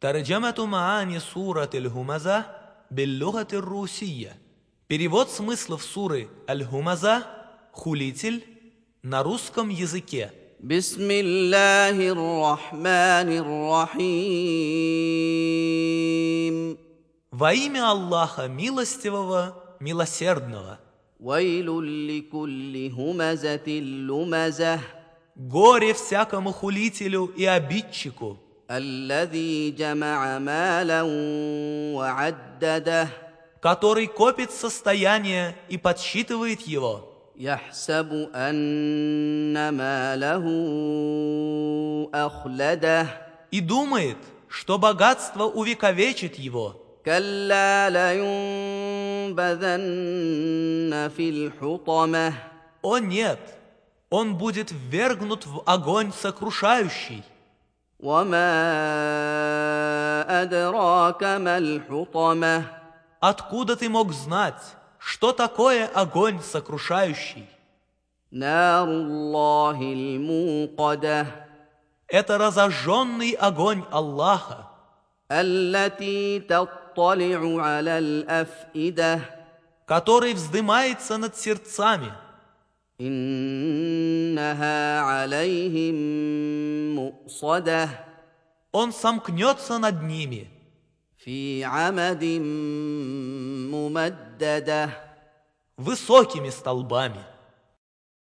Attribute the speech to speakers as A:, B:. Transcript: A: Тарджамату Маани Сура Аль-Хумаза Беллюгат Русия. Перевод смыслов суры Аль-Хумаза «Хулитель» на русском языке.
B: بسم الله الرحمن الرحيم
A: Во имя Аллаха Милостивого, Милосердного.
B: ويل لكل همزه لمزه
A: Горе всякому хулителю и обидчику,
B: الذي جمع مالا وعدده
A: который копит состояние и подсчитывает его,
B: يحسب ان ماله اخلده
A: и думает, что богатство увековечит его.
B: كلا لينبذن في الحطمه
A: О нет, он будет ввергнут в огонь сокрушающий.
B: وما أدراك ما الحطمة
A: Откуда ты мог знать, что такое огонь сокрушающий?
B: نار الله الموقدة
A: Это разожженный огонь Аллаха,
B: التي تطلع على الأفئدة
A: который вздымается над сердцами.
B: إنها عليهم مؤصدة
A: Он сомкнется над ними
B: في عمد ممدده
A: высокими столбами.